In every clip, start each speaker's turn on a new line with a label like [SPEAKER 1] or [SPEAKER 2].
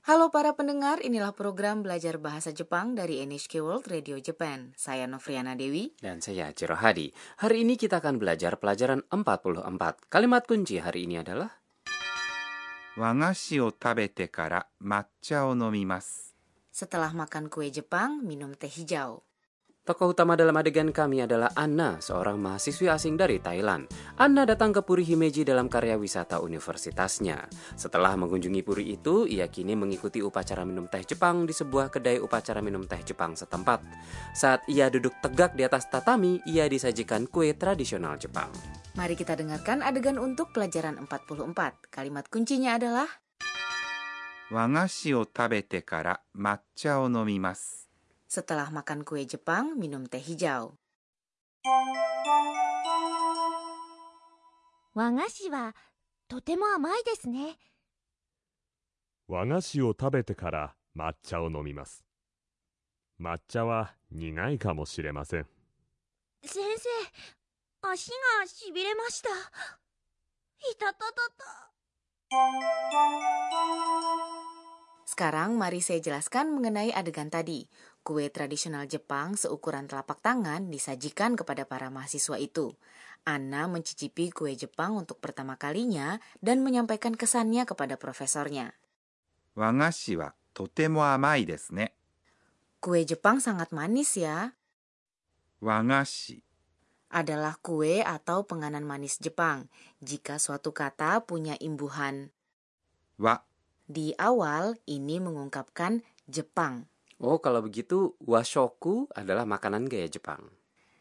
[SPEAKER 1] Halo para pendengar, inilah program belajar bahasa Jepang dari NHK World Radio Japan. Saya Novriana Dewi.
[SPEAKER 2] Dan saya Jiro Hadi. Hari ini kita akan belajar pelajaran 44. Kalimat kunci hari ini adalah
[SPEAKER 3] 和菓子を食べてから抹茶を飲みます
[SPEAKER 1] Setelah makan kue Jepang, minum teh hijau.
[SPEAKER 2] Tokoh utama dalam adegan kami adalah Anna, seorang mahasiswi asing dari Thailand. Anna datang ke Puri Himeji dalam karya wisata universitasnya. Setelah mengunjungi puri itu, ia kini mengikuti upacara minum teh Jepang di sebuah kedai upacara minum teh Jepang setempat. Saat ia duduk tegak di atas tatami, ia disajikan kue tradisional Jepang.
[SPEAKER 1] Mari kita dengarkan adegan untuk pelajaran 44. Kalimat kuncinya adalah
[SPEAKER 3] 和菓子を食べてから抹茶を飲みます
[SPEAKER 1] setelah makan kue Jepang, minum teh hijau.
[SPEAKER 4] 和菓子はとても甘いですね
[SPEAKER 5] 和菓子を食べてから抹茶を飲みます抹茶は苦いかもしれません
[SPEAKER 4] 先生足がしびれましたいたたたた
[SPEAKER 1] Sekarang mari saya jelaskan mengenai adegan tadi. Kue tradisional Jepang seukuran telapak tangan disajikan kepada para mahasiswa itu. Anna mencicipi kue Jepang untuk pertama kalinya dan menyampaikan kesannya kepada profesornya.
[SPEAKER 3] 和菓子はとても甘いですね
[SPEAKER 1] Kue Jepang sangat manis ya.
[SPEAKER 3] 和菓子
[SPEAKER 1] Adalah kue atau penganan manis Jepang. Jika suatu kata punya imbuhan
[SPEAKER 3] は
[SPEAKER 1] di awal, ini mengungkapkan Jepang.
[SPEAKER 2] Oh, kalau begitu, washoku adalah makanan gaya Jepang.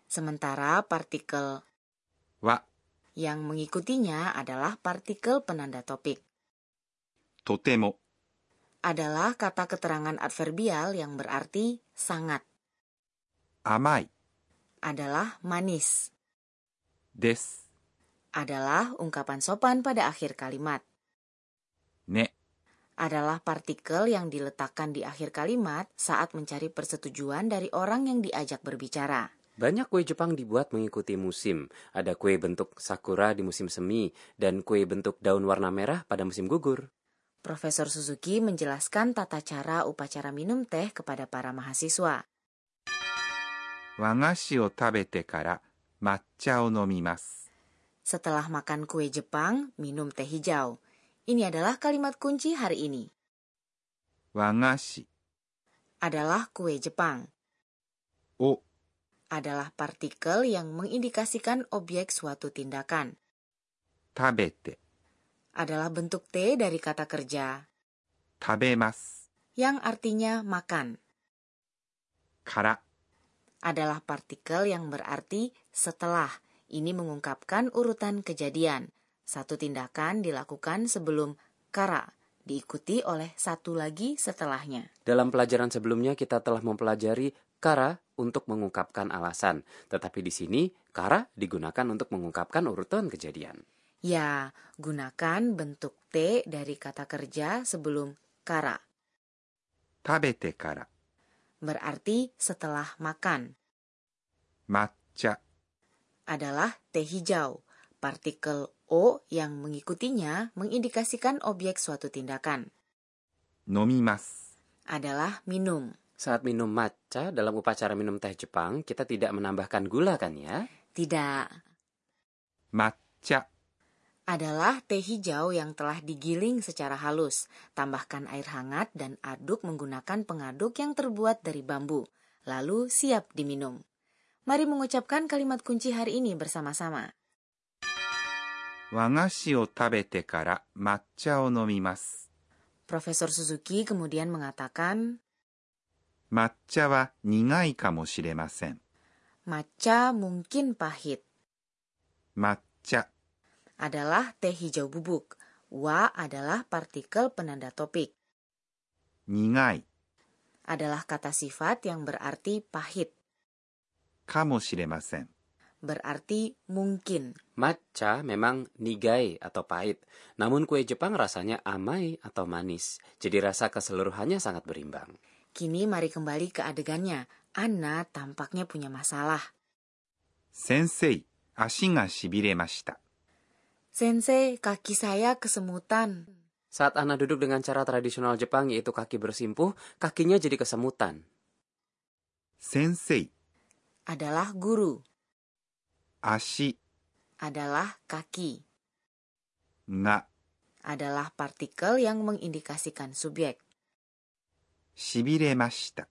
[SPEAKER 1] Sementara partikel
[SPEAKER 3] は
[SPEAKER 1] yang mengikutinya adalah partikel penanda topik.
[SPEAKER 3] とても
[SPEAKER 1] Adalah kata keterangan adverbial yang berarti sangat,
[SPEAKER 3] 甘い
[SPEAKER 1] adalah manis,
[SPEAKER 3] です
[SPEAKER 1] adalah ungkapan sopan pada akhir kalimat,
[SPEAKER 3] ね
[SPEAKER 1] adalah partikel yang diletakkan di akhir kalimat saat mencari persetujuan dari orang yang diajak berbicara.
[SPEAKER 2] Banyak kue Jepang dibuat mengikuti musim. Ada kue bentuk sakura di musim semi dan kue bentuk daun warna merah pada musim gugur.
[SPEAKER 1] Profesor Suzuki menjelaskan tata cara upacara minum teh kepada para mahasiswa.
[SPEAKER 3] 和菓子を食べてから抹茶を飲みます
[SPEAKER 1] Setelah makan kue Jepang, minum teh hijau. Ini adalah kalimat kunci hari ini.
[SPEAKER 3] 和菓子
[SPEAKER 1] Adalah kue Jepang.
[SPEAKER 3] を
[SPEAKER 1] adalah partikel yang mengindikasikan objek suatu tindakan.
[SPEAKER 3] 食べて
[SPEAKER 1] Adalah bentuk T dari kata kerja
[SPEAKER 3] 食べます
[SPEAKER 1] yang artinya makan.
[SPEAKER 3] から
[SPEAKER 1] Adalah partikel yang berarti setelah. Ini mengungkapkan urutan kejadian. Satu tindakan dilakukan sebelum kara, diikuti oleh satu lagi setelahnya.
[SPEAKER 2] Dalam pelajaran sebelumnya kita telah mempelajari kara untuk mengungkapkan alasan, tetapi di sini kara digunakan untuk mengungkapkan urutan kejadian.
[SPEAKER 1] Ya, gunakan bentuk T dari kata kerja sebelum kara,
[SPEAKER 3] 食べてから
[SPEAKER 1] berarti setelah makan.
[SPEAKER 3] 抹茶
[SPEAKER 1] adalah teh hijau. Partikel O yang mengikutinya mengindikasikan objek suatu tindakan,
[SPEAKER 3] 飲みます
[SPEAKER 1] adalah minum.
[SPEAKER 2] Saat minum matcha dalam upacara minum teh Jepang, kita tidak menambahkan gula kan ya?
[SPEAKER 1] Tidak,
[SPEAKER 3] 抹茶
[SPEAKER 1] adalah teh hijau yang telah digiling secara halus. Tambahkan air hangat dan aduk menggunakan pengaduk yang terbuat dari bambu. Lalu siap diminum. Mari mengucapkan kalimat kunci hari ini bersama-sama.
[SPEAKER 3] 和菓子を食べてから抹茶を飲みます
[SPEAKER 1] Profesor Suzuki kemudian mengatakan,
[SPEAKER 3] 抹茶は苦いかもしれません。
[SPEAKER 1] matcha mungkin pahit.
[SPEAKER 3] 抹茶、
[SPEAKER 1] adalah teh hijau bubuk. Wa adalah partikel penanda topik,
[SPEAKER 3] 苦い、
[SPEAKER 1] adalah kata sifat yang berarti pahit,
[SPEAKER 3] かもしれません。
[SPEAKER 1] berarti mungkin.
[SPEAKER 2] Matcha memang nigai atau pahit, namun kue Jepang rasanya amai atau manis, jadi rasa keseluruhannya sangat berimbang.
[SPEAKER 1] Kini mari kembali ke adegannya. Anna tampaknya punya masalah.
[SPEAKER 3] 先生、足がしびれました。
[SPEAKER 1] Sensei, kaki saya kesemutan.
[SPEAKER 2] Saat Anna duduk dengan cara tradisional Jepang yaitu kaki bersimpuh, kakinya jadi kesemutan.
[SPEAKER 3] 先生、
[SPEAKER 1] adalah guru,
[SPEAKER 3] 足
[SPEAKER 1] adalah kaki,
[SPEAKER 3] が
[SPEAKER 1] adalah partikel yang mengindikasikan subjek,
[SPEAKER 3] しびれました。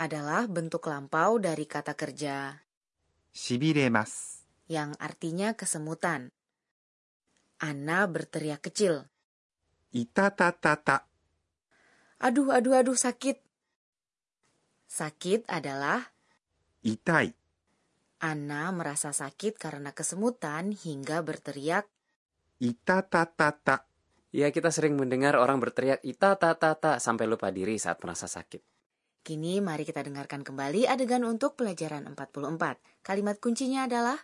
[SPEAKER 1] adalah bentuk lampau dari kata kerja
[SPEAKER 3] しびれます。
[SPEAKER 1] yang artinya kesemutan. Anna berteriak kecil,
[SPEAKER 3] いたたたた。
[SPEAKER 1] aduh aduh aduh sakit. Sakit adalah
[SPEAKER 3] 痛い。
[SPEAKER 1] Anna merasa sakit karena kesemutan hingga berteriak
[SPEAKER 3] いたたたた。
[SPEAKER 2] Ya, kita sering mendengar orang berteriak ita ta ta ta sampai lupa diri saat merasa sakit.
[SPEAKER 1] Kini mari kita dengarkan kembali adegan untuk pelajaran 44. Kalimat kuncinya adalah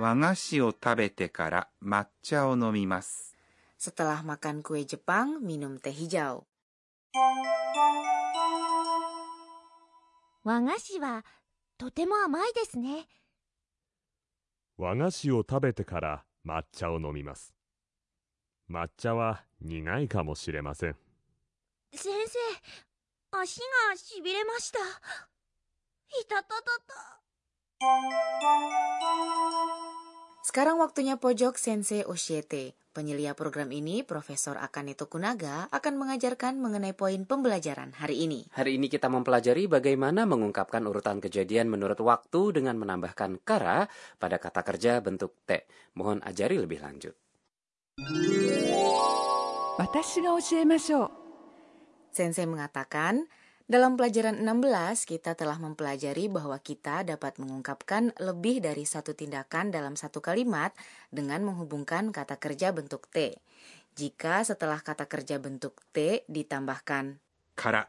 [SPEAKER 3] 和菓子を食べてから抹茶を飲みます。
[SPEAKER 1] setelah makan kue Jepang, minum teh hijau.
[SPEAKER 4] 和菓子はとても甘いですね
[SPEAKER 5] 和菓子を食べてから抹茶を飲みます。抹茶は苦いかもしれません。
[SPEAKER 4] 先生足がしびれましたいたたたた
[SPEAKER 1] Sekarang waktunya pojok Sensei Oshiete. Penyelia program ini, Profesor Akane Tokunaga, akan mengajarkan mengenai poin pembelajaran hari ini.
[SPEAKER 2] Hari ini kita mempelajari bagaimana mengungkapkan urutan kejadian menurut waktu dengan menambahkan kara pada kata kerja bentuk te. Mohon ajari lebih lanjut.
[SPEAKER 6] 私が教えましょう
[SPEAKER 1] Sensei mengatakan, dalam pelajaran 16 kita telah mempelajari bahwa kita dapat mengungkapkan lebih dari satu tindakan dalam satu kalimat dengan menghubungkan kata kerja bentuk T. Jika setelah kata kerja bentuk T ditambahkan
[SPEAKER 3] から、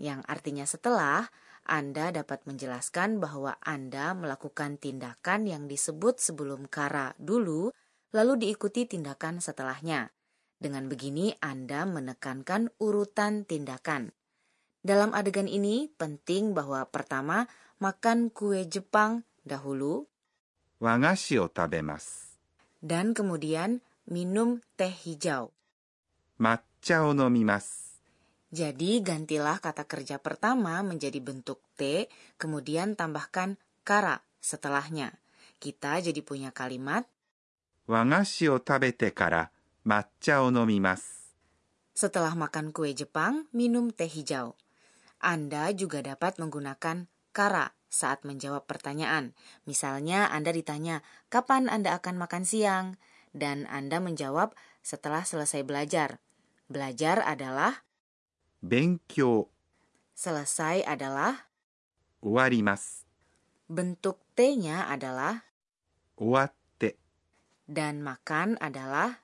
[SPEAKER 1] yang artinya setelah, Anda dapat menjelaskan bahwa Anda melakukan tindakan yang disebut sebelum kara dulu, lalu diikuti tindakan setelahnya. Dengan begini, Anda menekankan urutan tindakan. Dalam adegan ini, penting bahwa pertama, makan kue Jepang dahulu,
[SPEAKER 3] 和菓子を食べます。
[SPEAKER 1] dan kemudian minum teh hijau.
[SPEAKER 3] 抹茶を飲みます。
[SPEAKER 1] Jadi gantilah kata kerja pertama menjadi bentuk T, kemudian tambahkan kara setelahnya. Kita jadi punya kalimat
[SPEAKER 3] 和菓子を食べてから抹茶を飲みます。
[SPEAKER 1] setelah makan kue Jepang, minum teh hijau. Anda juga dapat menggunakan kara saat menjawab pertanyaan. Misalnya Anda ditanya, kapan Anda akan makan siang? Dan Anda menjawab setelah selesai belajar. Belajar adalah,
[SPEAKER 3] 勉強、
[SPEAKER 1] selesai adalah,
[SPEAKER 3] 終わります。
[SPEAKER 1] bentuk T-nya adalah,
[SPEAKER 3] 終わって、
[SPEAKER 1] dan makan adalah.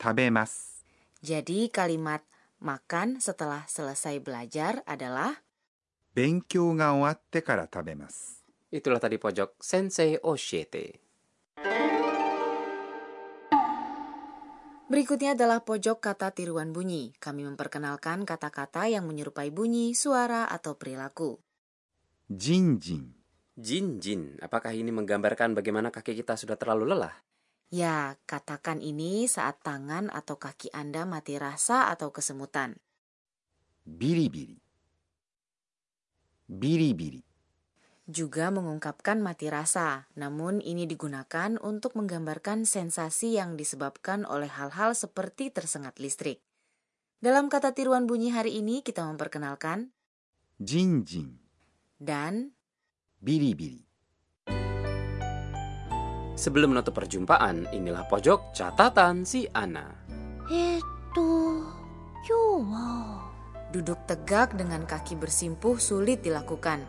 [SPEAKER 3] 食べます。
[SPEAKER 1] Jadi kalimat makan setelah selesai belajar adalah
[SPEAKER 3] 勉強が終わってから食べます。
[SPEAKER 2] Itulah tadi pojok Sensei Oshiete.
[SPEAKER 1] berikutnya adalah pojok kata tiruan bunyi. Kami memperkenalkan kata-kata yang menyerupai bunyi, suara atau perilaku.
[SPEAKER 3] じんじん、
[SPEAKER 2] Jin Jin, apakah ini menggambarkan bagaimana kaki kita sudah terlalu lelah?
[SPEAKER 1] Ya, katakan ini saat tangan atau kaki Anda mati rasa atau kesemutan.
[SPEAKER 3] ビリビリ。ビリビリ、
[SPEAKER 1] Juga mengungkapkan mati rasa, namun ini digunakan untuk menggambarkan sensasi yang disebabkan oleh hal-hal seperti tersengat listrik. Dalam kata tiruan bunyi hari ini kita memperkenalkan
[SPEAKER 3] じんじん、
[SPEAKER 1] dan
[SPEAKER 3] ビリビリ。
[SPEAKER 2] Sebelum menutup perjumpaan, inilah pojok catatan si Ana.
[SPEAKER 4] えー、っと今日は
[SPEAKER 1] Duduk tegak dengan kaki bersimpuh sulit dilakukan.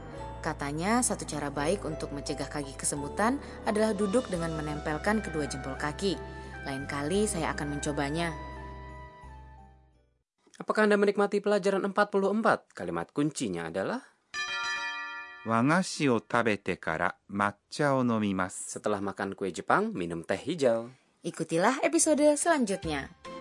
[SPEAKER 1] Katanya, satu cara baik untuk mencegah kaki kesemutan adalah duduk dengan menempelkan kedua jempol kaki. Lain kali saya akan mencobanya.
[SPEAKER 2] Apakah Anda menikmati pelajaran 44? Kalimat kuncinya adalah
[SPEAKER 3] 和菓子を食べてから抹茶を飲みます。
[SPEAKER 2] setelah makan kue Jepang, minum teh hijau.
[SPEAKER 1] Ikutilah episode selanjutnya.